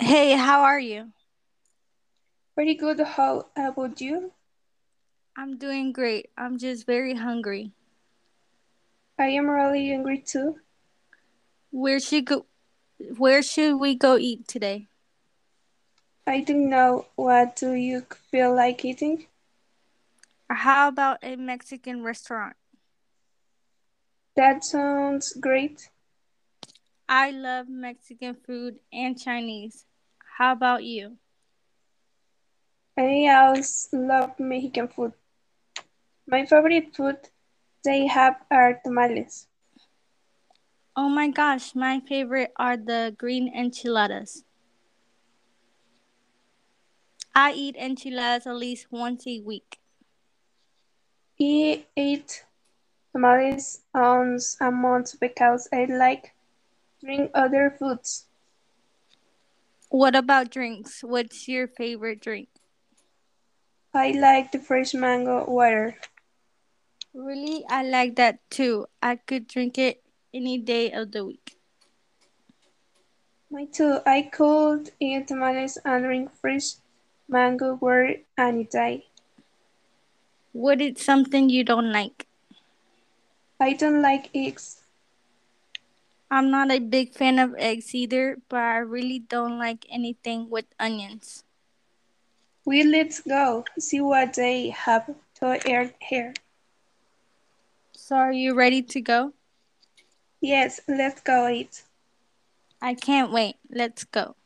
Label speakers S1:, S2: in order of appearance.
S1: Hey, how are you?
S2: Pretty good. How about you?
S1: I'm doing great. I'm just very hungry.
S2: I am really hungry too.
S1: Where should go where should we go eat today?
S2: I don't know. What do you feel like eating?
S1: Or how about a Mexican restaurant?
S2: That sounds great.
S1: I love Mexican food and Chinese. How about you?
S2: I also love Mexican food. My favorite food they have are tamales.
S1: Oh my gosh, my favorite are the green enchiladas. I eat enchiladas at least once a week.
S2: I eat tamales once a month because I like drink other foods.
S1: What about drinks? What's your favorite drink?
S2: I like the fresh mango water.
S1: Really, I like that too. I could drink it any day of the week.
S2: Me too. I could eat tamales and drink fresh mango water any day.
S1: What is something you don't like?
S2: I don't like eggs.
S1: I'm not a big fan of eggs either, but I really don't like anything with onions.
S2: We let's go see what they have to air here.
S1: So, are you ready to go?
S2: Yes, let's go eat.
S1: I can't wait. Let's go.